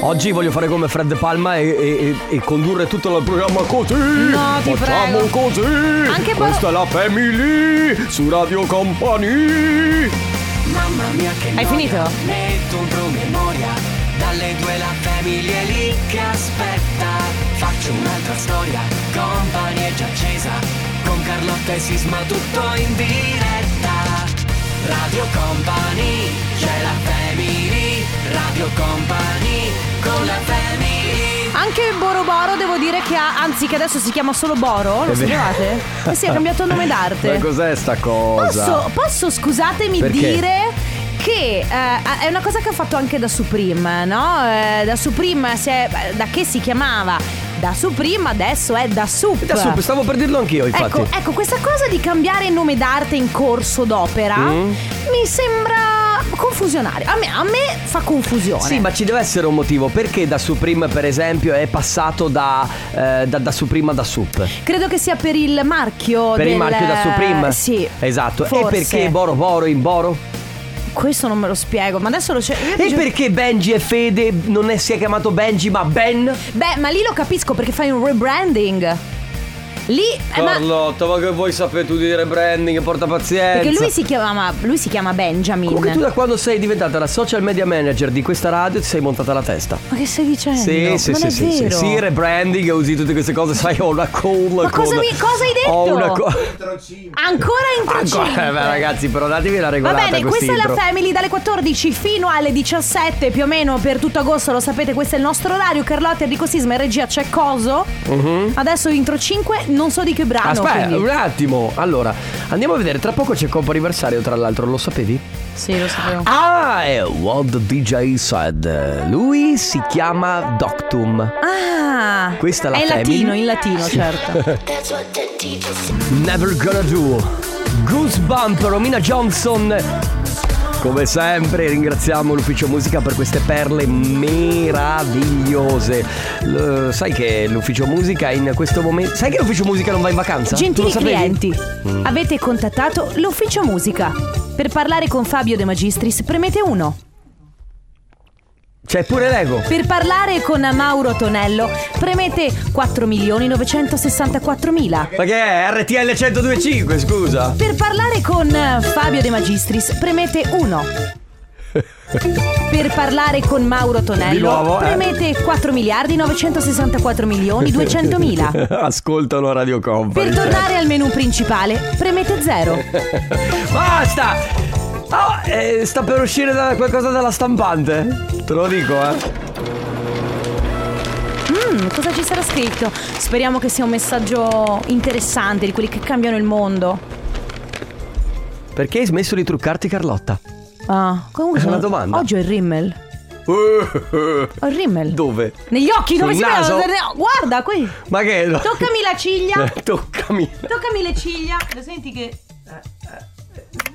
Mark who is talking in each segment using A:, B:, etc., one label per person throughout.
A: Oggi voglio fare come Fred Palma e, e- e- e condurre tutto il programma così.
B: No, ti
A: Facciamo
B: prego.
A: così.
B: Anche Bo-
A: Questa è la Family su Radio Company.
C: Mamma mia che
B: Hai
C: noia.
B: finito?
C: Metto un promemoria Dalle due la famiglia è lì che aspetta Faccio un'altra storia Company è già accesa Con Carlotta e Sisma tutto in diretta Radio Company C'è la family Radio Company Con la family
B: Anche Boroboro devo dire che ha, anzi che adesso si chiama solo Boro, lo
A: È vero.
B: sapevate? E si è cambiato nome
A: Ma
B: d'arte.
A: cos'è sta cosa?
B: Posso, posso, scusatemi
A: Perché?
B: dire che eh, è una cosa che ha fatto anche da Supreme, no? Eh, da Supreme si è, da che si chiamava? Da Supreme adesso è da Sup.
A: Da sup, stavo per dirlo anch'io, infatti.
B: Ecco, ecco, questa cosa di cambiare nome d'arte in corso d'opera
A: Mm.
B: mi sembra confusionaria. A me, a me fa confusione.
A: Sì, ma ci deve essere un motivo. Perché da Supreme, per esempio, è passato da, eh, da, da Supreme a da Sup?
B: Credo che sia per il marchio
A: Per il
B: del- eh,
A: marchio da Supreme?
B: Sì
A: Esatto.
B: forse.
A: E perché Boro Boro in Boro?
B: Questo non me lo spiego Ma adesso lo c'è io vi
A: E
B: giuro-
A: perché Benji e Fede non è- si è chiamato Benji ma Ben?
B: Beh ma lì lo capisco Perché fai un rebranding Lì eh, ma-
A: Carlotta, ma che vuoi sapere tu di rebranding? Porta pazienza.
B: Perché lui si chiama Lui si chiama Benjamin
A: Comunque tu da quando sei diventata la social media manager di questa radio ti sei montata la testa.
B: Ma che stai dicendo? Eh, ma non è
A: sì, sì,
B: vero
A: sì, rebranding, usi tutte queste cose, sai, ho una colla
B: Ma cosa,
A: con-
B: mi, cosa hai detto? Ah,
A: Ho una co-
B: Ancora in
A: Ancora,
B: trocino.
A: eh, beh, ragazzi, però datevi la
B: Va
A: regolata
B: bene, questa è
A: quest'intro.
B: la Family dalle 14 fino alle 17 più o meno per tutto agosto, lo sapete, questo è il nostro orario. Carlotta, Enrico Sisma e regia c'è Coso. Adesso intro 5, non so di che brano.
A: Mhm. Aspetta,
B: quindi.
A: un attimo. Allora, andiamo a vedere. Tra poco c'è compo anniversario, tra l'altro, lo sapevi?
B: Sì, lo sapevo.
A: Ah, è What the DJ said. Lui si chiama Doctum.
B: Ah,
A: Questa è la
B: È in
A: Family.
B: latino, in latino, certo.
A: Never Gonna Do Goosebump Romina Johnson come sempre ringraziamo l'ufficio musica per queste perle meravigliose. L- sai che l'ufficio musica in questo momento... Sai che l'ufficio musica non va in vacanza? Tu lo
B: Gentili
A: sapevi? Mm.
B: clienti, avete contattato l'ufficio musica. Per parlare con Fabio De Magistris premete 1.
A: C'è pure l'ego.
B: Per parlare con Mauro Tonello premete 4.964.000.
A: Ma che è? RTL 1025, scusa.
B: Per parlare con eh, Fabio De Magistris premete 1. Per parlare con Mauro
A: Di
B: Tonello
A: nuovo, eh.
B: premete 4 miliardi 964 milioni 200 mila.
A: Ascoltano Radio Company.
B: Per tornare al menu principale premete 0.
A: Basta! Ah, eh, sta per uscire da- qualcosa dalla stampante. Te lo dico, eh.
B: Mm, cosa ci sarà scritto? Speriamo che sia un messaggio interessante di quelli che cambiano il mondo.
A: Perché hai smesso di truccarti, Carlotta?
B: Ah, comunque
A: È una
B: sono-
A: domanda.
B: Oggi ho il rimmel. Ho il rimmel.
A: Dove?
B: Negli occhi, dove
A: Sul
B: si
A: naso?
B: vede? Guarda qui.
A: Ma che.
B: Toccami la ciglia.
A: Toccami.
B: Toccami le ciglia. Lo senti che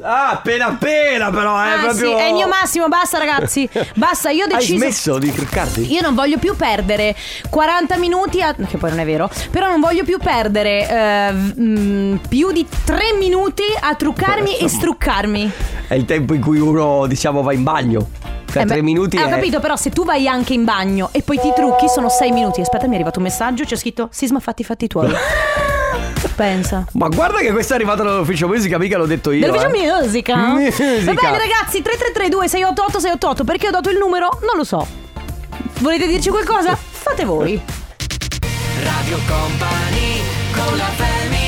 A: Ah, appena appena, però, eh.
B: Ah,
A: proprio...
B: sì, è il mio massimo, basta ragazzi. Basta, io ho
A: Hai
B: deciso
A: smesso di truccarti?
B: io non voglio più perdere 40 minuti, a- che poi non è vero, però non voglio più perdere eh, mm, più di 3 minuti a truccarmi e struccarmi.
A: È il tempo in cui uno, diciamo, va in bagno. Cioè,
B: Eh,
A: tre
B: beh,
A: minuti.
B: eh, Ho
A: è-
B: capito, però se tu vai anche in bagno e poi ti trucchi sono 6 minuti. Aspetta, mi è arrivato un messaggio, c'è scritto Sisma fatti i fatti tuoi. Pensa.
A: Ma guarda che questa è arrivata dall'ufficio musica, mica l'ho detto io.
B: Television
A: eh.
B: Musica.
A: Musica.
B: Va bene, ragazzi, 3332 688 688 perché ho dato il numero? Non lo so. Volete dirci qualcosa? Fate voi.
C: Radio Company Con la family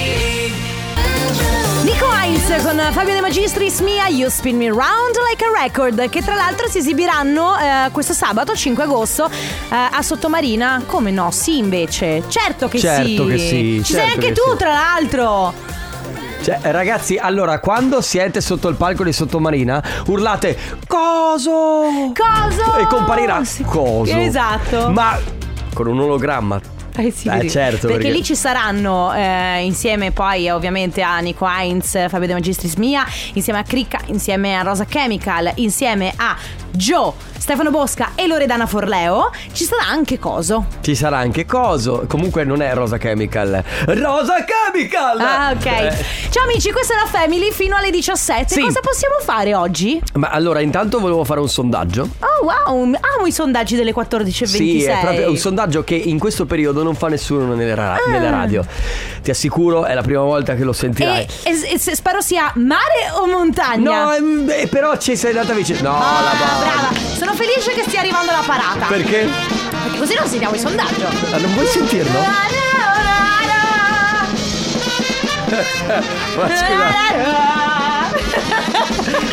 B: Nico Heinz con Fabio De Magistris Mia You Spin Me Round Like a Record che tra l'altro si esibiranno eh, questo sabato 5 agosto eh, a Sottomarina come no sì invece certo che
A: Certo
B: sì
A: che sì,
B: ci sei
A: certo
B: anche
A: che
B: tu
A: sì.
B: tra l'altro
A: Cioè, ragazzi, allora, quando siete sotto il palco di Sottomarina, urlate Coso!
B: Coso!
A: E comparirà
B: Sì.
A: Coso.
B: Esatto.
A: Ma con un ologramma.
B: Eh sì,
A: Eh, certo,
B: perché,
A: perché-
B: lì ci saranno eh, insieme poi eh, ovviamente a Nico Heinz, Fabio De Magistris Mia, insieme a Cricca, insieme a Rosa Chemical, insieme a Joe, Stefano Bosca e Loredana Forleo, ci sarà anche Coso.
A: Ci sarà anche Coso. Comunque non è Rosa Chemical. Rosa Chemical!
B: Ah, ok.
A: Eh,
B: Ciao amici, questa è la Family fino alle 17.
A: Sì.
B: Cosa possiamo fare oggi? Oh,
A: ma allora, intanto volevo fare un sondaggio.
B: wow, amo i sondaggi delle 14.26.
A: Sì, è proprio un sondaggio che in questo periodo non fa nessuno nelle, ra-
B: Ah.
A: nelle radio. Ti assicuro, è la prima volta che lo sentirai.
B: e, e- e se- spero sia mare o montagna.
A: No, ehm, eh, però ci sei andata vicino. No,
B: Ah,
A: la barra.
B: brava. Sono felice che stia arrivando la parata.
A: Perché?
B: Perché così non sentiamo il sondaggio.
A: Ah, non vuoi sentirlo? Ma scusa,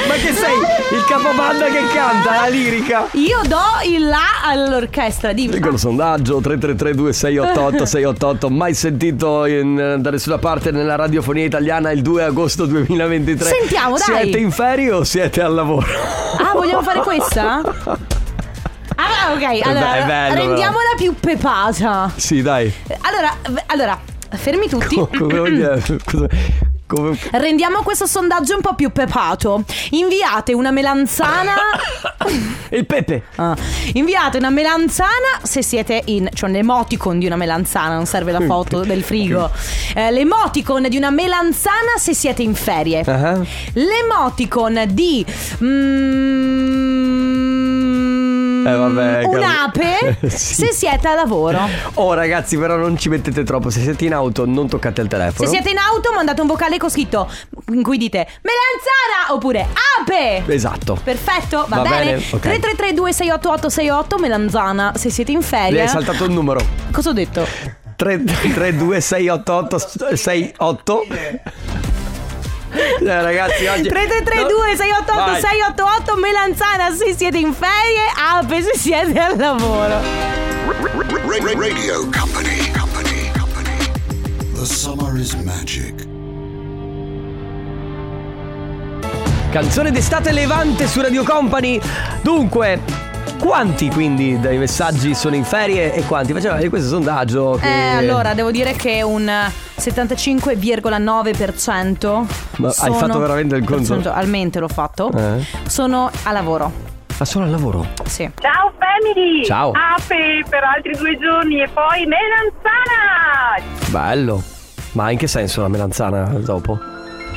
A: ma che sei il capobanda che canta la lirica?
B: Io do il la all'orchestra, dimmi.
A: Piccolo sondaggio 333-2688-688 Mai sentito in, eh, da nessuna parte nella radiofonia italiana il 2 agosto 2023
B: Sentiamo, dai.
A: Siete in ferie o siete al lavoro?
B: Ah, vogliamo fare questa? Ah, ok, allora
A: be- è bello,
B: rendiamola più pepata.
A: Sì dai
B: Allora, v- allora, fermi tutti.
A: Co- Come vuol dire? Cosa- come-
B: Rendiamo questo sondaggio un po' più pepato. Inviate una melanzana.
A: Il Pepe
B: Ah, inviate una melanzana se siete in. Cioè un emoticon di una melanzana, non serve la foto del frigo. Eh, l'emoticon di una melanzana se siete in ferie.
A: Ah.
B: L'emoticon di. mm,
A: Eh, vabbè,
B: Un'ape
A: cap- Sì.
B: se siete a lavoro.
A: Oh ragazzi però non ci mettete troppo Se siete in auto non toccate il
B: Se
A: telefono
B: siete in auto mandate un vocale con scritto in cui dite melanzana oppure ape.
A: Esatto
B: Perfetto, va,
A: Va
B: bene.
A: bene, ok.
B: 3332 688 68 melanzana se siete in
A: Le
B: ferie.
A: hai saltato il numero
B: Cosa ho detto?
A: 332-688-68 eh, Ragazzi oggi
B: 3332 688
A: Vai.
B: 688 melanzana se siete in ferie, ape se siete al lavoro.
D: Radio Company. Company. Company. The summer is magic.
A: Canzone d'estate levante su Radio Company. Dunque, quanti quindi dai messaggi sono in ferie e quanti? Facciamo vedere questo sondaggio. Che...
B: Eh, allora, devo dire che un 75,9%
A: Ma hai
B: sono-
A: fatto veramente il conto?
B: Personalmente l'ho fatto.
A: Eh.
B: Sono a lavoro.
A: Ma sono al lavoro.
B: Sì.
E: Ciao family!
A: Ciao.
E: Ape per altri due giorni e poi melanzana!
A: Bello. Ma in che senso la melanzana dopo?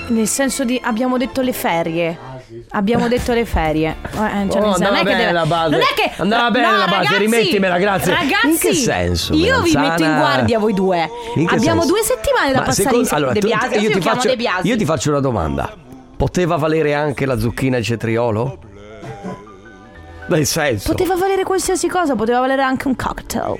B: Nel senso di abbiamo detto le ferie.
A: Ah,
B: Abbiamo detto le ferie. Eh, cioè, nel senso,
A: Oh, andava
B: non è che
A: bene
B: deve-
A: la base.
B: Non è che
A: Andava bene
B: no,
A: la base,
B: ragazzi,
A: rimettimela, grazie.
B: Ragazzi,
A: In che senso,
B: Io vi
A: Melanzana?
B: metto in guardia voi due.
A: In che
B: Abbiamo
A: senso?
B: due settimane da
A: Ma
B: passare
A: secondo-
B: insieme.
A: allora,
B: De
A: tu-
B: Biasi, io,
A: ti
B: ti chiamo
A: faccio-
B: De Biasi.
A: io ti faccio una domanda. Poteva valere anche la zucchina e il cetriolo? Nel senso,
B: Poteva valere qualsiasi cosa, poteva valere anche un cocktail.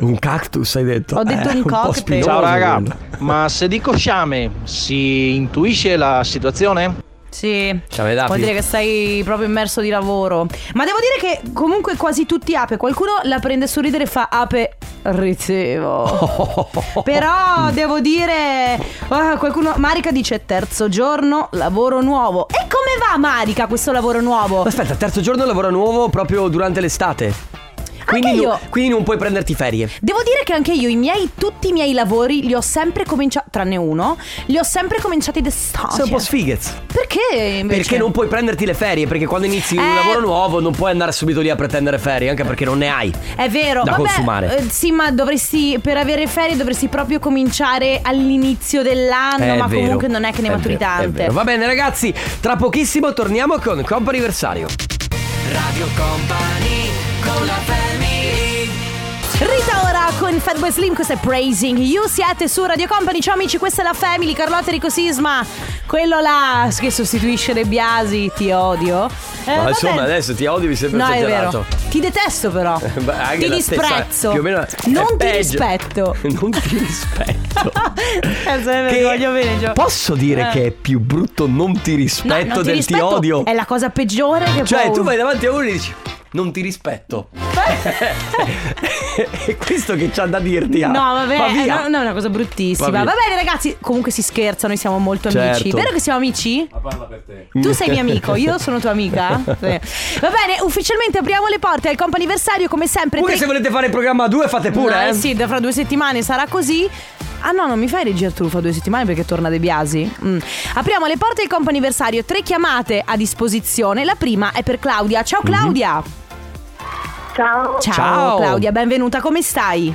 A: un cactus hai detto? Eh,
B: Ho detto un
A: po'
B: cocktail.
A: spinoso
F: Ciao raga,
A: quello.
F: ma se dico sciame si intuisce la situazione?
B: Sì.
A: Ciao, Medafi.
B: Vuol dire che stai proprio immerso di lavoro. Ma devo dire che comunque quasi tutti ape. Qualcuno la prende a sorridere e fa ape.
A: Oh,
B: Ricevo. Però devo dire. ah, qualcuno. Marica dice terzo giorno, lavoro nuovo. E come va Marica questo lavoro nuovo?
A: Aspetta, terzo giorno lavoro nuovo proprio durante l'estate. Quindi,
B: Anche
A: non-
B: io.
A: quindi non puoi prenderti ferie.
B: Devo dire che anche io, i miei, tutti i miei lavori li ho sempre cominciati. Tranne uno, li ho sempre cominciati d'estate.
A: Sei un po' sfighezz.
B: Perché invece?
A: Perché non puoi prenderti le ferie? Perché quando inizi
B: Eh.
A: un lavoro nuovo non puoi andare subito lì a pretendere ferie, anche perché non ne hai.
B: È vero,
A: Da
B: vabbè,
A: consumare.
B: eh, sì, ma dovresti per avere ferie dovresti proprio cominciare all'inizio dell'anno,
A: È
B: ma
A: vero,
B: comunque non è che ne
A: è
B: maturi
A: vero, è
B: tante.
A: vero. Va bene, ragazzi, tra pochissimo torniamo con Comp Anniversario.
B: Rita ora con Fatboy Slim, questo è Praising You, siete su Radio Company, ciao amici, questa è la Family, Carlotta Rico Sisma, quello là che sostituisce De Biasi, ti odio. Eh,
A: Ma
B: va
A: insomma,
B: bene.
A: adesso ti odi, mi sembra
B: No, è vero.
A: esagerato.
B: Ti detesto però.
A: Beh, anche
B: ti
A: la stessa-
B: disprezzo.
A: più o meno è
B: non ti
A: peggio.
B: rispetto.
A: Non ti rispetto.
B: Cazzo, è vero, ti Eh, voglio bene, Gio.
A: posso dire
B: Eh.
A: che è più brutto non ti
B: No,
A: rispetto
B: non ti
A: del
B: rispetto
A: ti odio.
B: È la cosa peggiore che
A: Cioè,
B: può
A: tu vai davanti a uno e dici: Non ti rispetto. È questo che c'ha da dirti. ah.
B: No, vabbè,
A: Va
B: eh,
A: via.
B: no, no, è una cosa bruttissima.
A: Va
B: Va,
A: via.
B: bene, ragazzi. Comunque si scherza, noi siamo molto amici.
A: Certo.
B: Vero che siamo amici? Tu sei mio amico, io sono tua amica. Sì. Va bene, ufficialmente apriamo le porte al comp'anniversario come sempre.
A: Pure
B: Te-
A: se volete fare il programma a due, fate
B: No,
A: pure. eh.
B: Sì, da fra due settimane sarà così. Ah no, non mi fai regia tu fra due settimane perché torna De Biasi. Mm. Apriamo le porte al comp'anniversario. Tre chiamate a disposizione. La prima è per Claudia. Ciao Claudia.
E: Ciao!
B: Ciao,
A: Mhm. Ciao.
B: Claudia, benvenuta, come stai?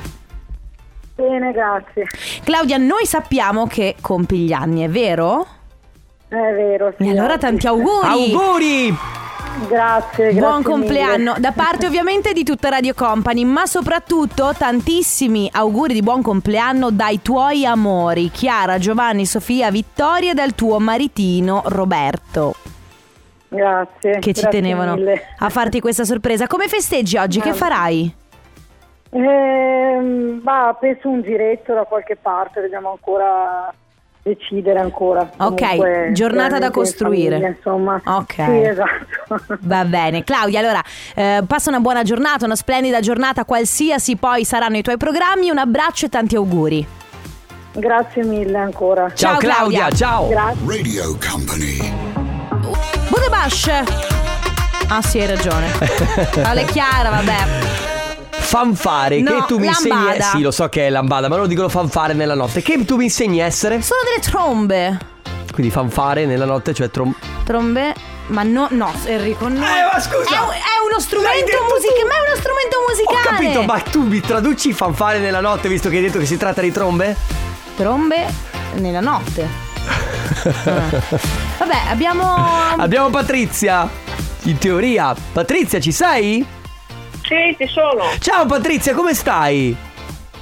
E: Bene, grazie.
B: Claudia, noi sappiamo che compi gli anni, è vero?
E: È vero.
B: E allora tanti auguri!
A: Auguri!
E: Grazie, grazie.
B: Buon
E: mille.
B: compleanno da parte ovviamente di tutta Radio Company, ma soprattutto tantissimi auguri di buon compleanno dai tuoi amori, Chiara, Giovanni, Sofia, Vittoria e dal tuo maritino Roberto,
E: Grazie.
B: che ci
E: Eh, grazie
B: tenevano
E: mille. Ah.
B: a farti questa sorpresa. Come festeggi oggi? Che
E: Mamma.
B: farai?
E: Ehm, va, penso un giretto da qualche parte, dobbiamo ancora decidere ancora. Comunque,
B: giornata da
E: probabilmente in
B: costruire.
E: famiglia, insomma.
B: Ok.
E: Sì, esatto.
B: Va bene, Claudia, allora eh, passa una buona giornata, una splendida giornata, qualsiasi poi saranno i tuoi programmi, un abbraccio e tanti auguri.
E: Grazie mille ancora.
B: Ciao, Claudia.
A: ciao.
E: Grazie.
D: Radio Company.
B: Budabash! Ah sì, hai ragione. Ale Chiara, vabbè.
A: Fanfare
B: No,
A: che tu mi insegni. Eh,
B: lambada.
A: Sì, lo so che è lambada, ma loro dicono fanfare nella notte. Che tu mi insegni a essere?
B: Sono delle trombe.
A: Quindi fanfare nella notte, cioè trom.
B: Trombe, ma no, no, Enrico, no.
A: Eh, ma scusa!
B: È, un- è uno
A: L'hai
B: strumento
A: detto
B: musicale,
A: tu!
B: ma è uno strumento
A: Ho
B: musicale.
A: capito, ma tu mi traduci fanfare nella notte visto che hai detto che si tratta di trombe?
B: Trombe nella notte. Ah. Vabbè, abbiamo
A: Abbiamo Patrizia. In teoria, Patrizia, ci sei?
E: Sì, ci sono.
A: Ciao Patrizia, come stai?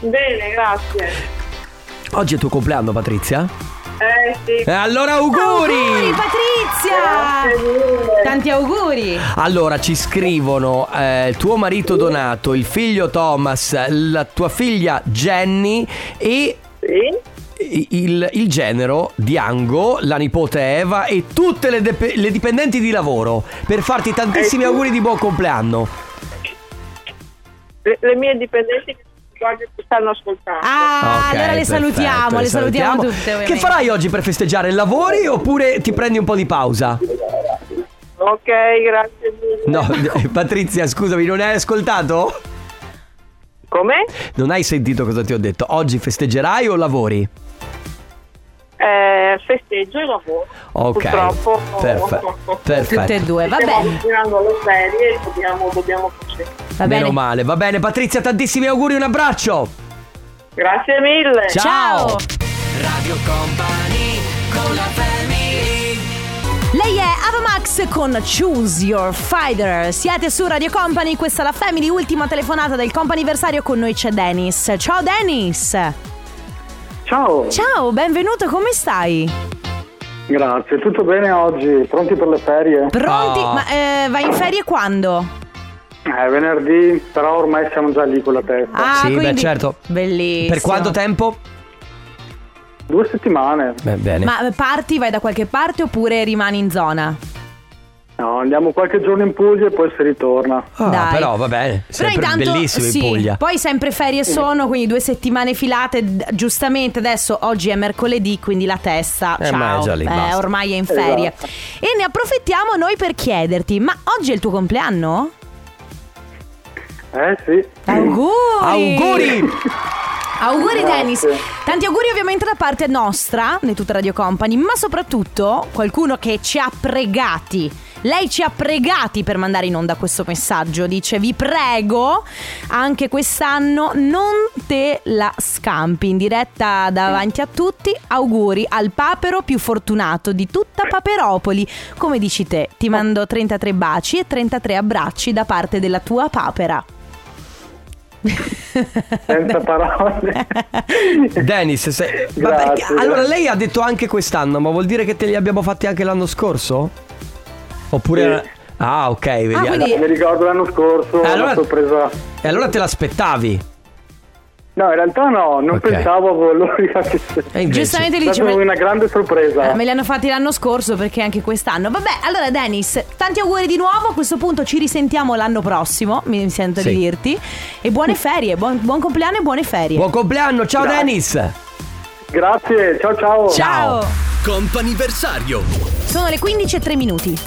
E: Bene, grazie.
A: Oggi è il tuo compleanno, Patrizia?
E: Eh sì.
A: E allora
B: auguri Patrizia! Tanti auguri.
A: Allora ci scrivono eh, tuo marito Donato, il figlio Thomas, la tua figlia Jenny e
E: Sì.
A: i- il, il genero Diango, la nipote Eva e tutte le, dep- le dipendenti di lavoro per farti tantissimi auguri di buon compleanno.
E: Le, le mie dipendenti che oggi ti stanno ascoltando.
B: Ah,
A: Ok,
B: allora le
A: perfetto,
B: salutiamo, le salutiamo, tutte.
A: Che
B: ovviamente.
A: farai oggi per festeggiare? Lavori oppure ti prendi un po' di pausa?
E: Ok, grazie mille.
A: No, Patrizia, scusami, non hai ascoltato?
E: Come?
A: Non hai sentito cosa ti ho detto? Oggi festeggerai o lavori?
E: Eh, festeggio e lavoro.
A: Ok.
E: Purtroppo.
A: Perfe- perfetto.
B: Tutte e due, va
E: Stiamo
B: bene.
E: avvicinando le ferie e dobbiamo, dobbiamo procedere.
B: Va
A: Meno
B: bene.
A: male, va bene Patrizia, tantissimi auguri, un abbraccio.
E: Grazie mille.
A: Ciao.
B: Eh, Ciao. Lei è Avamax con Choose Your Fighter. Siete su Radio Company, questa è la Family, ultima telefonata del companiversario con noi c'è Dennis. Ciao Dennis!
G: Ciao,
B: Ciao, benvenuto, come stai?
G: grazie, tutto bene oggi? Pronti per le ferie?
B: Pronti?
A: Ah.
B: Ma eh, vai in ferie quando?
G: È Eh, venerdì, però ormai siamo già lì con la testa.
B: Ah,
A: Sì, beh,
B: quindi-
A: certo.
B: Bellissimo.
A: Per quanto tempo?
G: Due settimane.
A: Beh, bene.
B: Ma eh, parti, vai da qualche parte oppure rimani in zona?
G: No, andiamo qualche giorno in Puglia e poi si ritorna.
A: Ah,
B: Dai.
A: però va bene, sempre
B: Però intanto,
A: bellissimo
B: sì,
A: in Puglia.
B: Poi sempre ferie sono, quindi due settimane filate. d- Giustamente adesso oggi è mercoledì, quindi la testa.
A: Eh,
B: ciao,
A: ma è già lì,
B: eh,
A: basta.
B: ormai è in ferie.
G: Esatto.
B: E ne approfittiamo noi per chiederti: ma oggi è il tuo compleanno?
G: Eh sì.
B: Auguri!
A: Auguri!
B: Auguri
G: Grazie.
B: Dennis! Tanti auguri ovviamente da parte nostra, di tutta Radio Company, ma soprattutto qualcuno che ci ha pregati. Lei ci ha pregati per mandare in onda questo messaggio. Dice: Vi prego, anche quest'anno non te la scampi. In diretta davanti a tutti, auguri al papero più fortunato di tutta Paperopoli. Come dici te, ti mando 33 baci e 33 abbracci da parte della tua papera.
G: Senza parole.
A: Dennis, se- ma
G: Grazie,
A: perché- allora
G: grazie.
A: lei ha detto anche quest'anno, ma vuol dire che te li abbiamo fatti anche l'anno scorso? Oppure...
G: Sì.
A: Ah, ok, vedi.
B: Ah, quindi-
G: Mi ricordo l'anno scorso,
A: Allora-
G: una sorpresa.
A: E allora te l'aspettavi?
G: No, in realtà no, non
A: Ok.
G: pensavo a voi. È
A: E invece-
B: Giustamente dice:
G: stata
B: "Ma-
G: una grande sorpresa.
H: Eh,
B: Ah, Me li hanno fatti l'anno scorso perché anche quest'anno. Vabbè, allora Dennis, tanti auguri di nuovo. A questo punto ci risentiamo l'anno prossimo, mi sento
A: Sì.
B: di dirti. E buone ferie, buon, buon compleanno e buone ferie.
A: Buon compleanno, ciao
G: Grazie.
A: Dennis!
G: Grazie, ciao ciao.
A: Ciao.
I: Companiversario.
B: Sono le 15 e 3 minuti.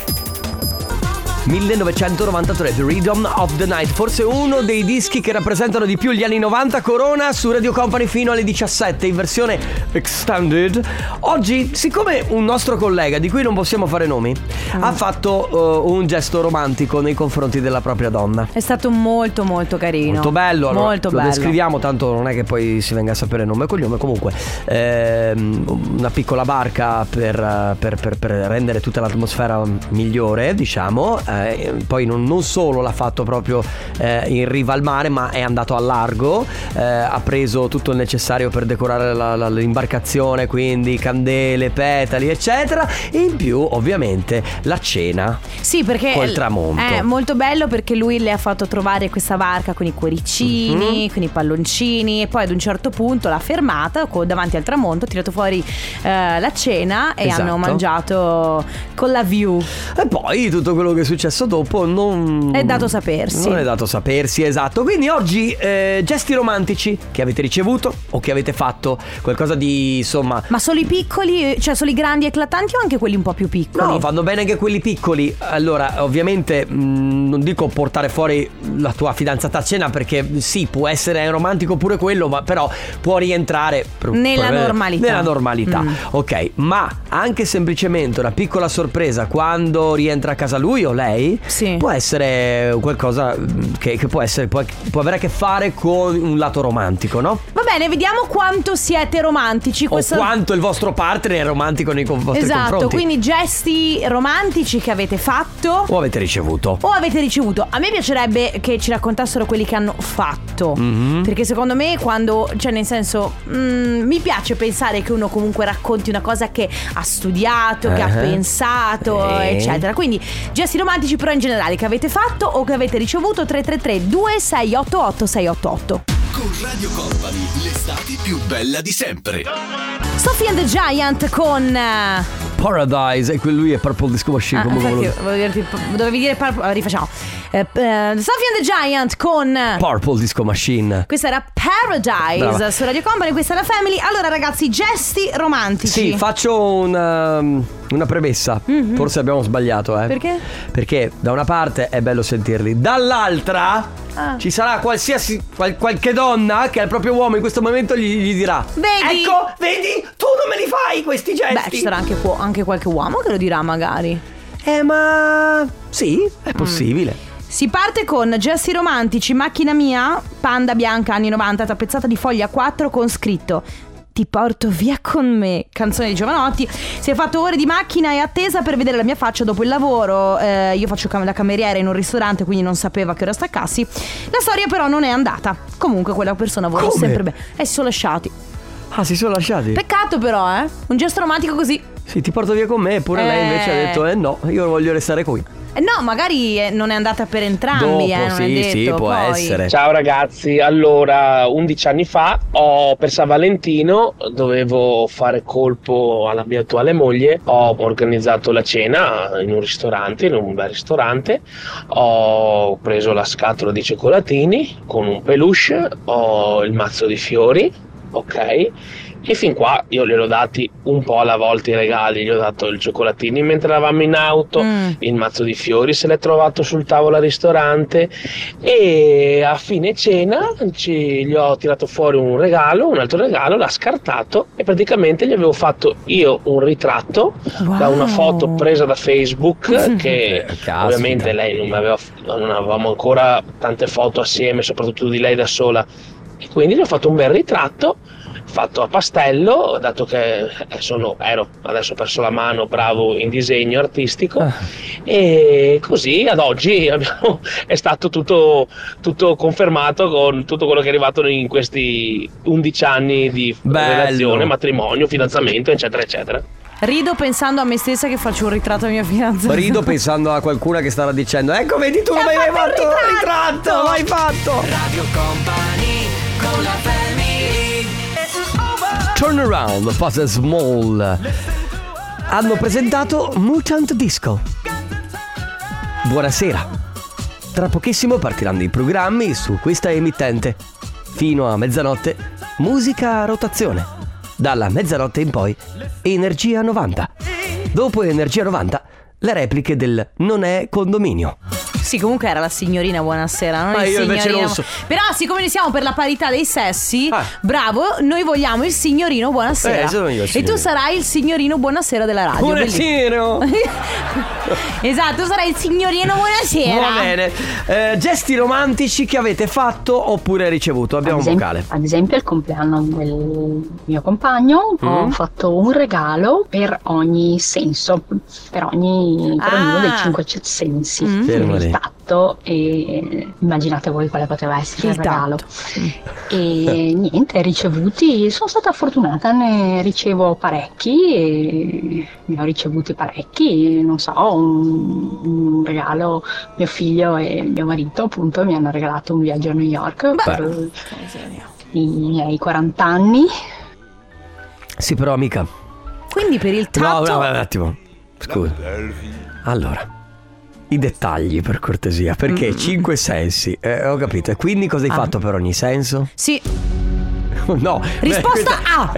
A: 1993, The Rhythm of the Night, forse uno dei dischi che rappresentano di più gli anni 90, Corona su Radio Company fino alle 17 in versione extended. Oggi, siccome un nostro collega, di cui non possiamo fare nomi, ha fatto eh, un gesto romantico nei confronti della propria donna.
B: È stato molto, molto carino.
A: Molto bello, allora,
B: molto
A: lo
B: bello.
A: descriviamo, tanto non è che poi si venga a sapere nome e cognome. Comunque, ehm, una piccola barca per, eh, per- per- per rendere tutta l'atmosfera migliore, diciamo, eh, eh, poi non, non solo l'ha fatto proprio eh, in riva al mare, ma è andato a largo, eh, ha preso tutto il necessario per decorare la- la- l'imbarcazione, quindi candele, petali, eccetera. E in più, ovviamente, la cena.
B: Sì, perché
A: Col tramonto.
B: È molto bello perché lui le ha fatto trovare questa barca con i cuoricini,
A: Mhm.
B: con i palloncini e poi ad un certo punto l'ha fermata co- davanti al tramonto, ha tirato fuori eh, la cena e
A: Esatto.
B: hanno mangiato con la view.
A: E poi tutto quello che è successo dopo non
B: È dato sapersi.
A: Non è dato sapersi, esatto. Quindi oggi eh, gesti romantici che avete ricevuto o che avete fatto, qualcosa di insomma.
B: Ma solo i piccoli, cioè solo i grandi eclatanti o anche quelli un po' più piccoli?
A: No, vanno bene anche quelli piccoli. Allora, ovviamente mh, non dico portare fuori la tua fidanzata a cena perché sì, può essere romantico pure quello, ma però può rientrare pr-
B: Nella
A: pr-
B: normalità.
A: Nella normalità.
B: Mm.
A: Ok, ma anche semplicemente una piccola sorpresa quando rientra a casa lui o lei
B: Sì.
A: può essere qualcosa mh, che, che può essere può, può avere a che fare con un lato romantico, no?
B: Va bene, vediamo quanto siete romantici.
A: O
B: Questa-
A: quanto il vostro partner è romantico nei co- vostri
B: esatto,
A: confronti.
B: quindi gesti romantici che avete fatto.
A: O avete ricevuto.
B: o avete ricevuto? A me piacerebbe che ci raccontassero quelli che hanno fatto. Perché secondo me quando, cioè nel senso, mm, mi piace pensare che uno comunque racconti una cosa che ha studiato, che ha
A: Ah.
B: pensato,
A: Eh.
B: eccetera. Quindi gesti romantici però in generale che avete fatto o che avete ricevuto 333 2688 688.
I: Con Radio Company, l'estate più bella di sempre.
B: Sophie and the Giant con... eh,
A: Paradise, e quel lui è Purple Disco Machine.
B: Ah,
A: come
B: infatti,
A: volevo-
B: volevo dirti, dovevi dire par- eh, rifacciamo. Eh, eh, Sophie and the Giant con eh,
A: Purple Disco Machine.
B: Questa era Paradise
A: Brava.
B: su Radio Company, questa è la Family. Allora ragazzi, gesti romantici.
A: Sì, faccio una, una premessa. Forse abbiamo sbagliato, eh.
B: Mhm. Perché?
A: Perché da una parte è bello sentirli, dall'altra
B: Ah.
A: ci sarà qualsiasi qual- qualche donna che al proprio uomo in questo momento gli, gli dirà:
B: Vedi?
A: Ecco, vedi, tu non me li fai questi
B: Beh,
A: gesti.
B: ci sarà anche, può- anche qualche uomo che lo dirà magari.
A: Eh, ma sì,
B: Mm.
A: è possibile.
B: Si parte con gesti romantici, macchina mia, panda bianca anni 90, tappezzata di foglia 4 con scritto ti porto via con me, canzone di Giovanotti. Si è fatto ore di macchina e attesa per vedere la mia faccia dopo il lavoro. Eh, io faccio cam- la cameriera in un ristorante, quindi non sapeva che ora staccassi. La storia però non è andata. Comunque quella persona vuole
A: Come?
B: sempre bene. E si sono lasciati.
A: Ah, si sono lasciati.
B: Peccato però, eh. Un gesto romantico così.
A: sì, ti porto via con me, eppure lei invece ha
B: Eh.
A: detto: Eh no, io voglio restare qui.
B: Eh, no, magari eh, non è andata per entrambi,
A: Dopo,
B: eh, non
A: sì,
B: è detto.
A: sì, può
B: poi.
A: essere.
J: Ciao ragazzi, allora 11 anni fa ho, per San Valentino dovevo fare colpo alla mia attuale moglie, ho organizzato la cena in un ristorante, in un bel ristorante, ho preso la scatola di cioccolatini con un peluche, ho il mazzo di fiori, ok? E fin qua io li ho dati un po' alla volta i regali, gli ho dato il cioccolatini mentre eravamo in auto,
B: Mm.
J: il mazzo di fiori se l'è trovato sul tavolo al ristorante e a fine cena ci- gli ho tirato fuori un regalo, un altro regalo, l'ha scartato e praticamente gli avevo fatto io un ritratto da
B: Wow.
J: una foto presa da Facebook che
A: Eh, caspita.
J: ovviamente lei non, mi aveva, non avevamo ancora tante foto assieme, soprattutto di lei da sola e quindi gli ho fatto un bel ritratto fatto a pastello, dato che eh, sono, ero adesso ho perso la mano, bravo in disegno artistico
A: Ah.
J: e così ad oggi abbiamo- è stato tutto, tutto confermato con tutto quello che è arrivato in questi 11 anni di
A: Bello.
J: relazione, matrimonio, fidanzamento, eccetera, eccetera.
B: Rido pensando a me stessa che faccio un ritratto mia fidanzata.
A: Rido pensando a qualcuna che starà dicendo Ecco vedi tu
B: Ti ha
A: come hai fatto
B: fatto il
A: il
B: ritratto!"
A: ritratto L'hai fatto Turn around, Puzzle Small Hanno presentato Mutant Disco Buonasera Tra pochissimo partiranno i programmi su questa emittente Fino a mezzanotte Musica a rotazione Dalla mezzanotte in poi Energia 90 Dopo Energia 90 le repliche del Non è condominio.
B: Sì, comunque era la signorina buonasera, non
A: Ma
B: il
A: io invece
B: signorino.
A: non so.
B: Però siccome noi siamo per la parità dei sessi,
A: Ah.
B: bravo, noi vogliamo il signorino buonasera.
A: Eh, sono io il
B: e
A: signorino.
B: tu
A: Ah,
B: sarai il signorino buonasera della radio. bellissimo.
A: Buonasera!
B: Esatto, sarà il signorino buonasera.
A: Va bene. Eh, gesti romantici che avete fatto oppure ricevuto. Abbiamo
K: ad
A: un
K: esempio,
A: vocale.
K: ad esempio, al compleanno del mio compagno ho fatto un regalo per ogni senso, per ogni
B: Ah.
H: Ah.
K: per ognuno dei cinque c- sensi.
A: Fermo lì.
K: Il tatto e immaginate voi quale poteva essere il,
B: Il
K: regalo. E niente, ricevuti, sono stata fortunata, ne ricevo parecchi e ne ho ricevuti parecchi, non so, un, un regalo, mio figlio e mio marito appunto mi hanno regalato un viaggio a New York per i miei 40 anni.
A: Sì, però, amica.
B: Quindi per il
A: No,
B: tatto
A: no, un attimo. Scusa. Allora. I dettagli per cortesia,
K: Mm.
A: perché cinque sensi, eh, ho capito. E quindi cosa
K: Ah.
A: hai fatto per ogni senso?
B: Sì,
A: No. Eh,
B: risposta A.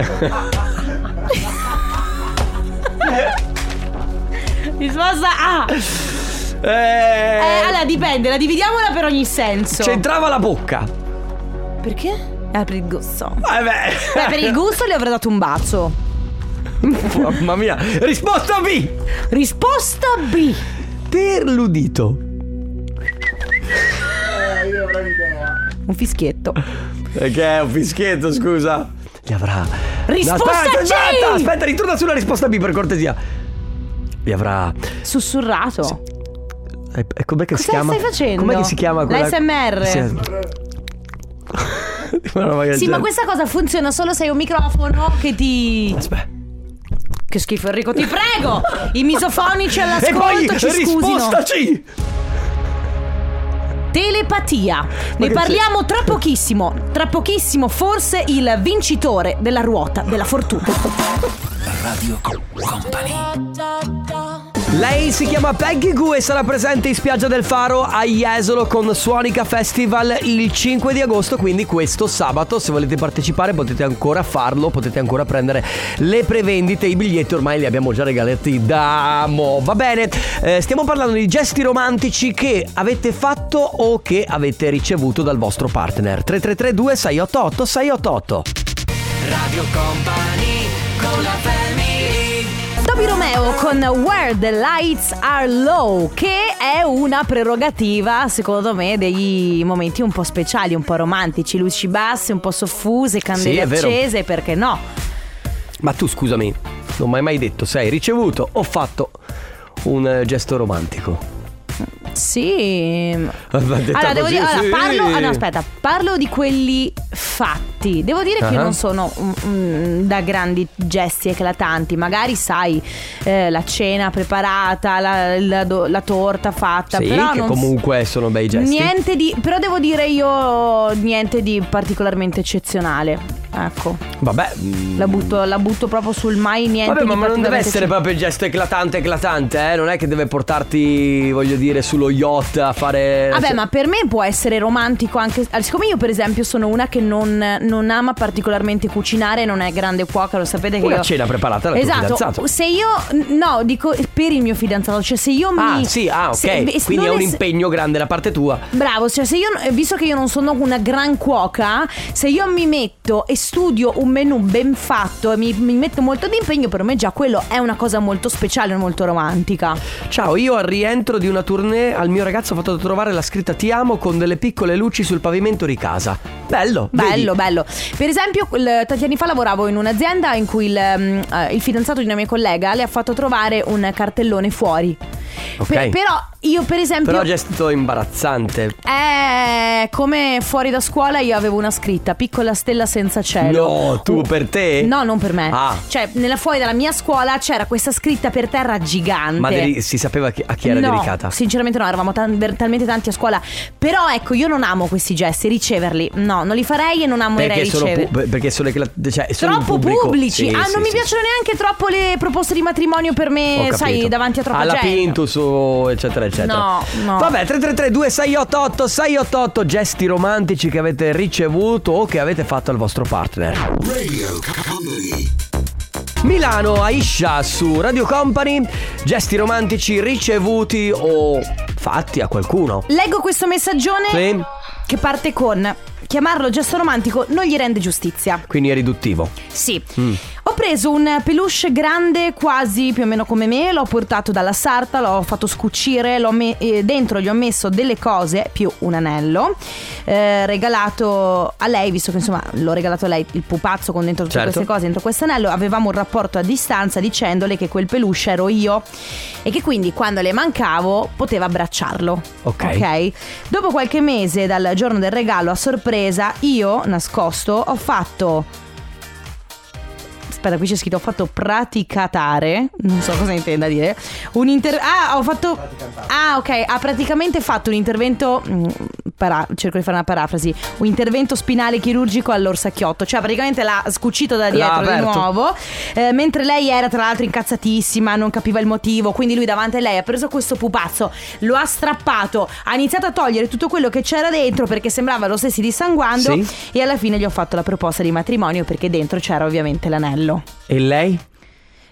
B: risposta A.
A: beh, eh,
B: Eh, allora dipende, la dividiamola per ogni senso.
A: C'entrava la bocca.
B: Perché? Ah, per il gusto.
A: Eh beh.
B: Beh, per il gusto le avrei dato un bacio.
A: Mamma mia. Risposta B.
B: Risposta B.
A: Per l'udito.
B: Un fischietto.
A: Eh, Che è un fischietto, scusa. Li avrà.
B: Risposta
A: aspetta,
B: C!
A: aspetta, aspetta, ritorna sulla risposta B per cortesia. Li avrà.
B: Sussurrato.
A: Eh, eh, com'è che si
B: Cosa
A: chiama?
B: stai facendo?
A: Com'è che si chiama quella?
B: L'ASMR.
A: Sì. Una roba del
B: Sì, ma
A: genere.
B: questa cosa funziona solo se hai un microfono che ti.
A: Aspetta.
B: Che schifo, Enrico, ti prego! I misofonici
A: E poi
B: all'ascolto ci scusino.
A: risposta C.
B: Telepatia.
A: Ma
B: Ne
A: che
B: parliamo tra pochissimo. Tra pochissimo, forse il vincitore della ruota della fortuna.
I: Radio Company.
A: Lei si chiama Peggy Goo e sarà presente in spiaggia del Faro a Jesolo con Suonica Festival il 5 di agosto, quindi questo sabato se volete partecipare potete ancora farlo, potete ancora prendere le prevendite, i biglietti ormai li abbiamo già regalati da mo. Va bene, eh, stiamo parlando di gesti romantici che avete fatto o che avete ricevuto dal vostro partner. 3332 688 688.
C: Radio Company con la family
B: Toby Romeo con Where the Lights Are Low, che è una prerogativa, secondo me, degli momenti un po' speciali, un po' romantici, luci basse, un po' soffuse,
A: Sì,
B: candele
A: è vero.
B: accese, perché no?
A: Ma tu scusami, non mi hai mai detto se hai ricevuto o fatto un eh, gesto romantico.
B: Sì.
A: Va detta
B: Allora, devo
A: così,
B: dire,
A: sì.
B: allora, parlo, ah, no, aspetta, parlo di quelli fatti. Devo dire che
A: Ah.
B: non sono mm, mm, da grandi gesti eclatanti. Magari sai eh, la cena preparata, la, la do- la torta fatta,
A: Sì,
B: però
A: che
B: non
A: comunque sono bei gesti.
B: Niente di, però devo dire io niente di particolarmente eccezionale. Ecco,
A: Vabbè. mm.
B: la butto, la butto proprio sul mai niente.
A: Vabbè,
B: di
A: ma ma non deve
B: particolarmente
A: essere
B: eccezionale.
A: proprio il gesto eclatante, eclatante, eh? Non è che deve portarti, voglio dire, sullo yacht a fare.
B: Vabbè, ma per me può essere romantico anche. allora, Siccome io, per esempio, sono una che non, non ama particolarmente cucinare, non è grande cuoca, lo sapete che
A: Una
B: io.
A: cena preparata dal tuo
B: esatto.
A: fidanzato.
B: Se io. No, dico per il mio fidanzato. Cioè, se io
A: Ah,
B: mi.
A: sì, ah, ok.
B: se- se-
A: Quindi è
B: non
A: un
B: es-
A: impegno grande da parte tua.
B: Bravo, cioè se io, visto che io non sono una gran cuoca, se io mi metto e studio un menù ben fatto e mi, mi metto molto di impegno, per me già quello è una cosa molto speciale, molto romantica.
A: Ciao, io al rientro di una tournée al mio ragazzo ho fatto trovare la scritta Ti amo con delle piccole luci sul pavimento di casa. Bello, vedi?
B: Bello, bello. Per esempio, quel- tanti anni fa lavoravo in un'azienda in cui il, mm, eh, il fidanzato di una mia collega le ha fatto trovare un cartellone fuori.
A: Ok.
B: Per- però io, per esempio.
A: Però gesto imbarazzante.
B: Eh, come fuori da scuola io avevo una scritta, piccola stella senza cielo.
A: No, tu per te?
B: No, non per me.
A: Ah.
B: Cioè, nella fuori dalla mia scuola c'era questa scritta per terra gigante.
A: Ma deri- si sapeva chi- a chi era
B: no,
A: dedicata.
B: Sinceramente no, eravamo tan- ver- talmente tanti a scuola. Però ecco, io non amo questi gesti, riceverli. No, non li farei e non amerei
A: Perché sono,
B: ricevere.
A: pu- per- perché sono ecla- cioè, sono
B: Troppo
A: in pubblico.
B: pubblici.
A: Sì,
B: ah,
A: sì,
B: non mi
A: sì,
B: piacciono neanche troppo le proposte di matrimonio
A: sì.
B: per
A: Ho
B: me, sai,
A: capito.
B: davanti a troppa
A: Alla
B: gente.
A: Pintus o eccetera eccetera
B: No, no.
A: Vabbè 3332 688 688 Gesti romantici che avete ricevuto o che avete fatto al vostro partner
D: Radio Company.
A: Milano Aisha su Radio Company Gesti romantici ricevuti o fatti a qualcuno
B: Leggo questo messaggione
A: Sì.
B: che parte con chiamarlo gesto romantico non gli rende giustizia.
A: Quindi è riduttivo
B: Sì. Ho Ho preso un peluche grande, quasi più o meno come me, l'ho portato dalla sarta, l'ho fatto scucire, l'ho me- eh, dentro gli ho messo delle cose più un anello, eh, regalato a lei, visto che insomma l'ho regalato a lei il pupazzo con dentro tutte
A: Certo.
B: queste cose, dentro questo anello, avevamo un rapporto a distanza dicendole che quel peluche ero io e che quindi quando le mancavo poteva abbracciarlo.
A: Ok.
B: Ok? Dopo qualche mese dal giorno del regalo a sorpresa, io, nascosto, ho fatto. Aspetta, qui c'è scritto: ho fatto praticatare. Non so cosa intenda dire. Un inter- Ah, ho fatto. Ah, ok. Ha praticamente fatto un intervento. mm, para- cerco di fare una parafrasi. Un intervento spinale chirurgico all'orsacchiotto. Cioè, praticamente l'ha scucito da dietro di
A: aperto.
B: nuovo. eh, mentre lei era, tra l'altro, incazzatissima, non capiva il motivo. Quindi lui davanti a lei ha preso questo pupazzo, lo ha strappato, ha iniziato a togliere tutto quello che c'era dentro perché sembrava lo stessi dissanguando.
A: Sì.
B: E alla fine gli ho fatto la proposta di matrimonio perché dentro c'era ovviamente l'anello.
A: E lei?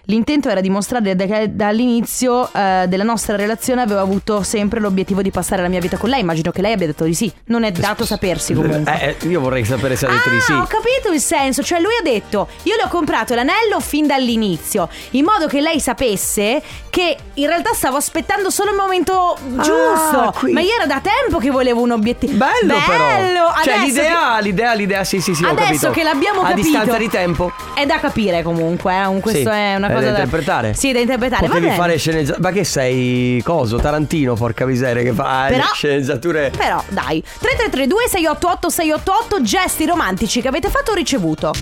B: L'intento era dimostrare da- che dall'inizio eh, della nostra relazione avevo avuto sempre l'obiettivo di passare la mia vita con lei. Immagino che lei abbia detto di sì. Non è dato sapersi comunque.
A: Eh, eh, io vorrei sapere se ha detto
B: ah,
A: di sì.
B: ho capito il senso. Cioè, lui ha detto: Io le ho comprato l'anello fin dall'inizio, in modo che lei sapesse che in realtà stavo aspettando solo il momento giusto.
A: Ah, qui.
B: Ma io era da tempo che volevo un obiettivo.
A: Bello,
B: Bello!
A: però. Cioè
B: Adesso
A: l'idea, l'idea, l'idea, sì, sì, sì, ho
B: Adesso
A: capito.
B: che l'abbiamo
A: A
B: capito.
A: distanza di tempo.
B: che- È da capire comunque. eh, un- Questo
A: Sì,
B: è una
A: è
B: cosa
A: da interpretare.
B: Sì, da interpretare. Va
A: Potevi
B: bene.
A: fare sceneggiature. Ma che sei coso? Tarantino, porca miseria, che fa
B: Però-
A: sceneggiature.
B: Però dai 3332 688 688 Gesti romantici che avete fatto o ricevuto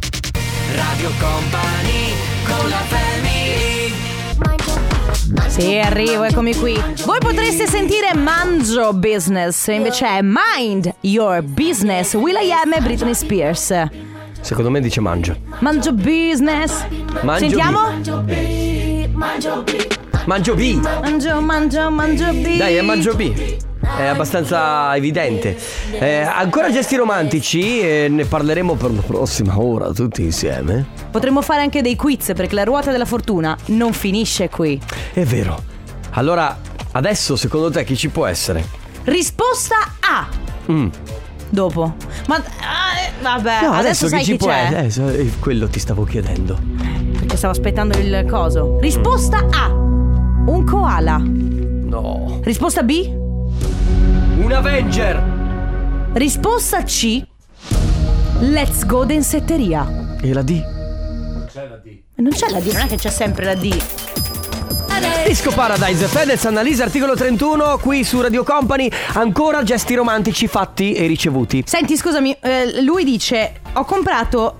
C: Radio Company con la family
B: Sì arrivo eccomi qui Voi potreste sentire Manzo Business Invece è Mind Your Business Will.i.am e Britney Spears
A: Secondo me dice mangia.
B: Manzo Business
A: Mangio
B: Sentiamo
A: Mangio B.
B: Mangio, mangio, mangio B
A: Dai, è Mangio B. È abbastanza evidente. Eh, ancora gesti romantici, eh, ne parleremo per la prossima ora tutti insieme.
B: Potremmo fare anche dei quiz Perché la ruota della fortuna non finisce qui
A: È vero. Allora, adesso secondo te chi ci può essere?
B: Risposta A
A: Mm.
B: Dopo Ma ah, eh, vabbè
A: No,
B: Adesso, sai
A: chi,
B: chi,
A: ci può
B: c'è
A: essere? Eh, so- eh, quello ti stavo chiedendo.
B: Perché stavo aspettando il coso. Risposta A. Un koala.
A: No.
B: Risposta B.
A: Un Avenger!
B: Risposta C. Let's go densetteria.
A: E la D?
B: Non c'è la D, non è che c'è sempre la D.
A: Disco Paradise, Fedez, Annalisa, articolo 31, qui su Radio Company, ancora gesti romantici fatti e ricevuti.
B: Senti, scusami, eh, lui dice: Ho comprato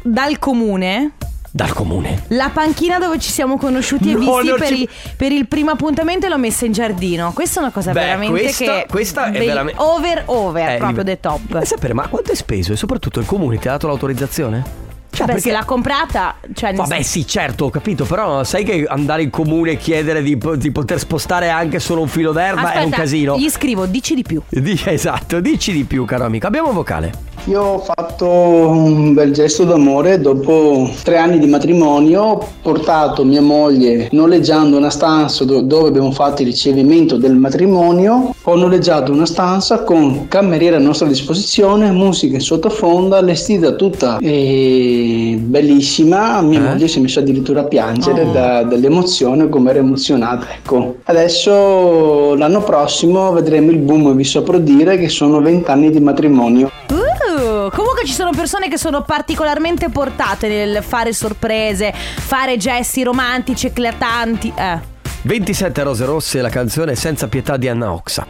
B: dal comune.
A: Dal comune.
B: La panchina dove ci siamo conosciuti e
A: No,
B: visti
A: non
B: per,
A: ci-
B: i- per il primo appuntamento e l'ho messa in giardino. Questa è una cosa
A: Beh,
B: veramente
A: questa-
B: che.
A: questa è
B: be-
A: veramente-
B: Over, over,
A: Eh,
B: proprio
A: li-
B: the top.
A: Vuoi sapere, ma quanto hai speso? E soprattutto il comune ti ha dato l'autorizzazione? Cioè,
B: Beh,
A: perché...
B: se l'ha comprata, cioè. nel
A: Vabbè sì certo ho capito però sai che andare in comune e chiedere di, po- di poter spostare anche solo un filo d'erba è un
B: Aspetta,
A: casino
B: Gli scrivo, dici di più.
A: Dici- Esatto dici di più caro amico abbiamo un vocale
L: Io ho fatto un bel gesto d'amore dopo tre anni di matrimonio, ho portato mia moglie noleggiando una stanza do- dove abbiamo fatto il ricevimento del matrimonio, ho noleggiato una stanza con cameriera a nostra disposizione, musica in sottofonda, allestita tutta eh, bellissima, mia
A: Eh?
L: moglie si è messa addirittura a piangere da- dall'emozione come era emozionata. Ecco. Adesso l'anno prossimo vedremo il boom, vi saprò dire che sono vent'anni di matrimonio.
B: Uh, comunque ci sono persone che sono particolarmente portate nel fare sorprese, fare gesti romantici, eclatanti. Eh.
A: 27 rose rosse la canzone Senza pietà di Anna Oxa.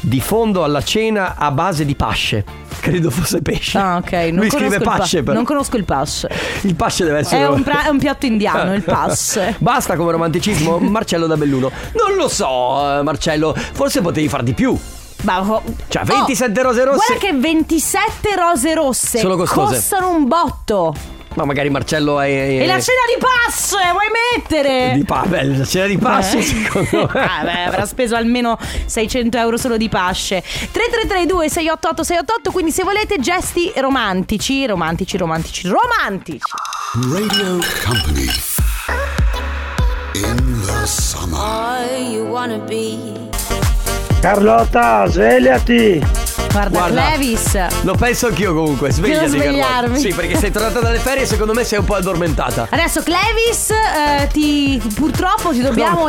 A: Di fondo alla cena a base di pasce. Credo fosse pesce.
B: Ah, ok. Non
A: Lui
B: conosco
A: scrive
B: il pa-
A: pasce però.
B: Non conosco il pass.
A: Il pasce deve essere
B: È un pra- è un piatto indiano, il pass.
A: Basta come romanticismo, Marcello da Belluno. Non lo so, eh, Marcello, forse potevi far di più.
B: Ma-
A: Cioè,
B: oh,
A: 27 rose rosse.
B: Guarda che 27 rose rosse
A: Sono costose.
B: costano un botto.
A: Ma magari Marcello è
B: E la cena di pass, eh, vuoi mettere?
A: di pa- beh, la cena di pasce
B: Eh.
A: secondo me.
B: Ah, beh, avrà speso almeno 600 euro solo di pasce 3332 688 688 Quindi se volete gesti romantici Romantici, romantici, romantici
D: Radio Company. In the summer.
M: Carlotta, svegliati!
B: Guarda,
A: Guarda.
B: Levis.
A: Lo penso anch'io comunque, svegliati
B: Devo
A: Carlotta.
B: svegliarmi.
A: Sì, perché sei tornata dalle ferie e secondo me sei un po' addormentata.
B: Adesso Clevis, eh, ti, purtroppo ti dobbiamo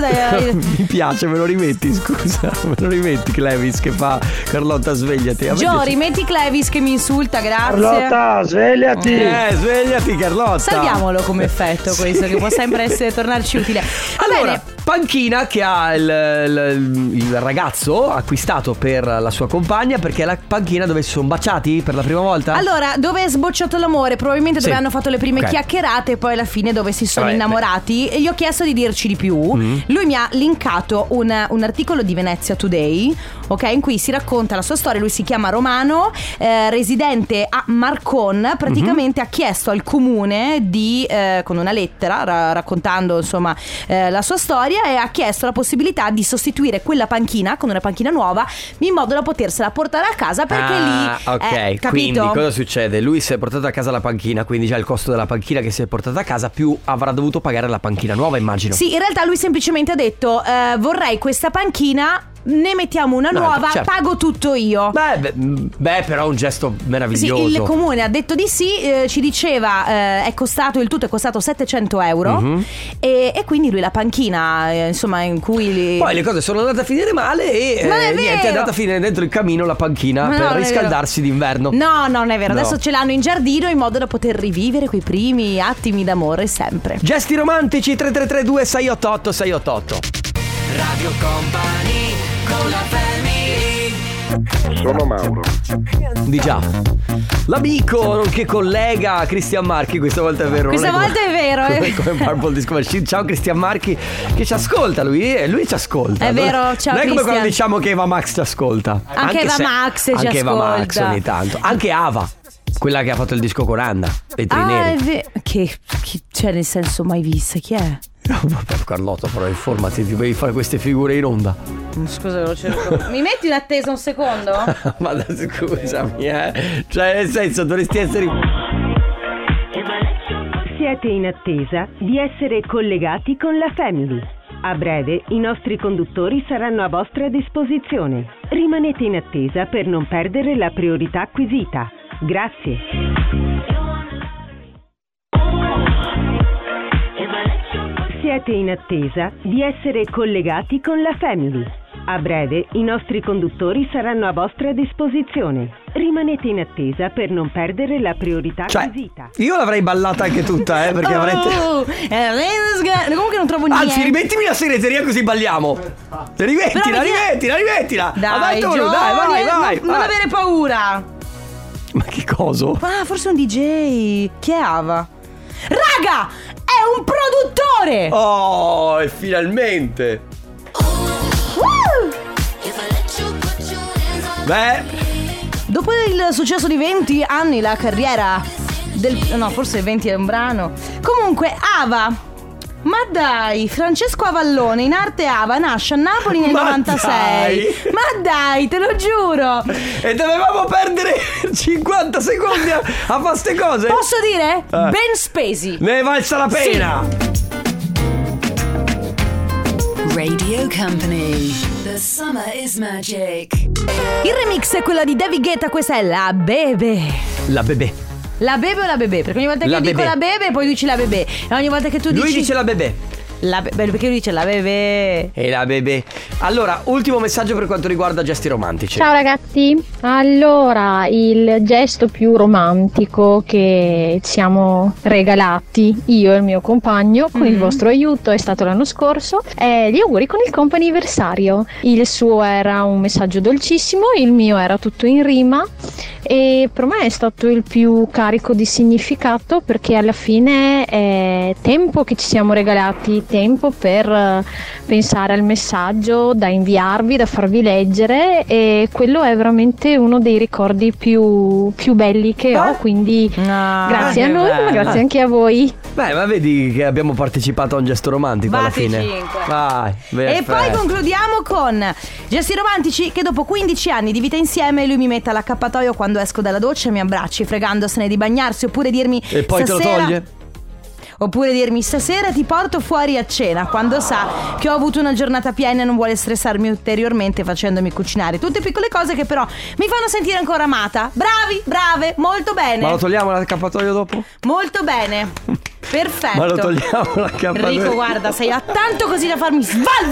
B: dai...
A: Mi piace, me lo rimetti, scusa. Me lo rimetti Clevis che fa Carlotta svegliati. A me
B: Gio,
A: piace.
B: rimetti Clevis che mi insulta, grazie.
A: svegliati. Eh, svegliati Carlotta.
B: Salviamolo come effetto
A: Sì.
B: questo, che può sempre essere, tornarci utile. Va
A: Allora,
B: bene.
A: panchina che ha il, il- il ragazzo acquistato per la sua compagna perché è la panchina dove si sono baciati per la prima volta.
B: Allora, dove è sbocciato l'amore? Probabilmente dove
A: Sì.
B: hanno fatto le prime
A: Ok.
B: chiacchierate e poi alla fine dove si sono
A: Vabbè,
B: innamorati. E gli ho chiesto di dirci di più.
A: Mm.
B: Lui mi ha linkato un, un articolo di Venezia Today, ok, in cui si racconta la sua storia. Lui si chiama Romano, eh, residente a Marcon. Praticamente
A: Mm-hmm.
B: ha chiesto al comune di, eh, con una lettera, ra- raccontando insomma eh, la sua storia, e ha chiesto la possibilità di sostituire quella panchina con una panchina nuova in modo da potersela portare a casa perché
A: ah,
B: lì.
A: ok,
B: eh, capito?
A: quindi cosa succede? Lui si è portato a casa la panchina, quindi già il costo della panchina che si è portata a casa più avrà dovuto pagare la panchina nuova, immagino.
B: Sì, in realtà lui semplicemente ha detto eh, vorrei questa panchina, ne mettiamo una
A: No,
B: nuova,
A: certo.
B: pago tutto io.
A: Beh, beh, beh, però è un gesto
B: Sì,
A: meraviglioso.
B: il comune ha detto di sì, eh, ci diceva eh, è costato, il tutto è costato 700 euro
A: Mhm.
B: e, e quindi lui la panchina, eh, insomma, in cui... li-
A: Poi le cose sono andate a finire male e
B: Non è
A: eh, niente, è
B: vero.
A: andata a finire dentro il camino la panchina
B: Ma no,
A: per
B: non è
A: riscaldarsi d'inverno.
B: No, no, non è vero,
A: No.
B: adesso ce l'hanno in giardino in modo da poter rivivere quei primi attimi d'amore sempre.
A: Eh. Gesti romantici 3332 688 688.
C: Radio Company con la family
A: Sono Mauro. Di già. L'amico, nonché collega Cristian Marchi, questa volta è vero. non
B: Questa
A: è come-
B: volta è vero, eh. è
A: Come, come Marble Disco Machine. Ciao Cristian Marchi che ci ascolta, lui, eh, lui ci ascolta.
B: È
A: Non-
B: vero,
A: Non è
B: ciao,
A: come
B: Cristian.
A: quando diciamo che Eva Max ci ascolta.
B: Anche Eva Max ci
A: Anche Eva Max
B: ascolta.
A: ogni tanto. Anche Ava, quella che ha fatto il disco con Anna e
B: Ah, è
A: Trineri.
B: vero. Che, che- cioè, nel senso, mai vista, chi è?
A: Carlotto, però informati, ti devi fare queste figure in onda.
B: Scusa, lo cerco. Mi metti in attesa un secondo?
A: Ma da- scusami, eh. Cioè, nel senso, dovresti essere.
M: Siete in attesa di essere collegati con la Family. A breve i nostri conduttori saranno a vostra disposizione. Rimanete in attesa per non perdere la priorità acquisita. Grazie. Siete in attesa di essere collegati con la Family. A breve i nostri conduttori saranno a vostra disposizione. Rimanete in attesa per non perdere la priorità acquisita.
A: cioè, Io l'avrei ballata anche tutta, eh, perché avrei.
B: Oh, eh, let's go. Comunque non trovo niente.
A: Anzi, rimettimi la segreteria così balliamo. Rimettila,
B: Però mi-
A: rimettila, rimettila.
B: Dai,
A: Adattamolo, dai,
B: Giovanni,
A: vai,
B: non-
A: vai.
B: non
A: vai.
B: avere paura.
A: Ma che coso?
B: Ah, forse un DJ. Chi è Ava? Raga, è un produttore.
A: Oh, e finalmente. Beh,
B: Dopo il successo di 20 anni, la carriera del. No, forse 20 è un brano. Comunque, Ava. Ma dai, Francesco Avallone, in arte Ava, nasce a Napoli nel
A: Ma
B: 96.
A: dai!
B: Ma dai, te lo giuro.
A: e dovevamo perdere 50 secondi a, a fare queste cose.
B: Posso dire?
A: Eh.
B: Ben spesi.
A: Ne è valsa la pena.
N: Radio Company. The summer is magic.
B: Il remix è quello di David Guetta, questa è la bebe.
A: La bebè.
B: La bebe o la bebè? Perché ogni volta che
A: La
B: io dico
A: bebè.
B: la bebe, poi dici la bebè. E ogni volta che tu
A: Lui
B: dici.
A: dice la bebè.
B: La be- beh, perché lui dice la bebè.
A: E la bebè. Allora, ultimo messaggio per quanto riguarda gesti romantici.
H: Ciao ragazzi, allora il gesto più romantico che ci siamo regalati io e il mio compagno con il
O: Mhm.
H: vostro aiuto è stato l'anno scorso è gli auguri con il comp'anniversario. Il suo era un messaggio dolcissimo, il mio era tutto in rima e per me è stato il più carico di significato perché alla fine è tempo che ci siamo regalati, tempo per eh, pensare al messaggio da inviarvi, da farvi leggere e quello è veramente uno dei ricordi più, Mm, più belli che ho,
K: Eh.
H: quindi grazie a
A: che
H: noi ma
A: bello.
H: grazie anche a voi.
A: Beh, ma vedi che abbiamo partecipato a un gesto romantico
B: Fate
A: alla fine.
B: cinque.
A: Vai,
B: E poi
A: perfetto.
B: concludiamo con gesti romantici che dopo 15 anni di vita insieme lui mi mette all'accappatoio quando esco dalla doccia e mi abbracci fregandosene di bagnarsi oppure dirmi
A: E poi te lo
B: "Stasera-"
A: toglie?
B: Oppure dirmi stasera ti porto fuori a cena quando sa che ho avuto una giornata piena e non vuole stressarmi ulteriormente facendomi cucinare. Tutte piccole cose che però mi fanno sentire ancora amata. Bravi, brave, molto bene.
A: Ma lo togliamo l'accappatoio dopo?
B: Molto bene. Perfetto.
A: Ma lo togliamo l'accappatoio?
B: Enrico, Certo. guarda, sei a tanto così da farmi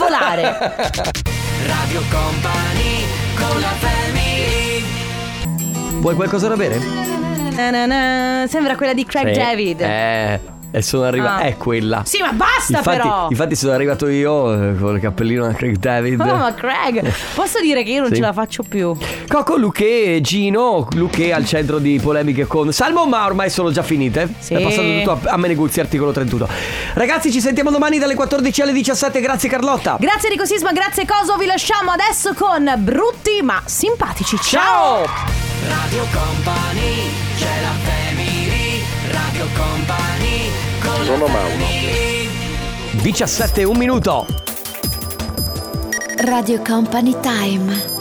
B: svalvolare.
C: Radio Company con la family.
A: Vuoi qualcosa da bere?
B: Na na na, Sembra quella di Craig
A: Sì.
B: David.
A: Eh. E sono arrivato.
B: Ah.
A: È quella.
B: Sì, ma basta
A: infatti,
B: però.
A: Infatti, sono arrivato io eh, con il cappellino da Craig David.
B: Oh, ma Craig, posso dire che io non
A: Sì.
B: ce la faccio più.
A: Coco, Luque, Gino, Luque al centro di polemiche con Salmo, ma ormai sono già finite.
B: Sì.
A: È passato tutto a, a Meneguzzi, articolo 31. Ragazzi, ci sentiamo domani dalle 14 alle 17. Grazie Carlotta.
B: Grazie Rico Sisma, grazie Coso, vi lasciamo adesso con brutti ma simpatici. Ciao!
C: Radio Company, c'è la family. Radio Company con la family.
A: 17 e un minuto.
O: Radio Company Time.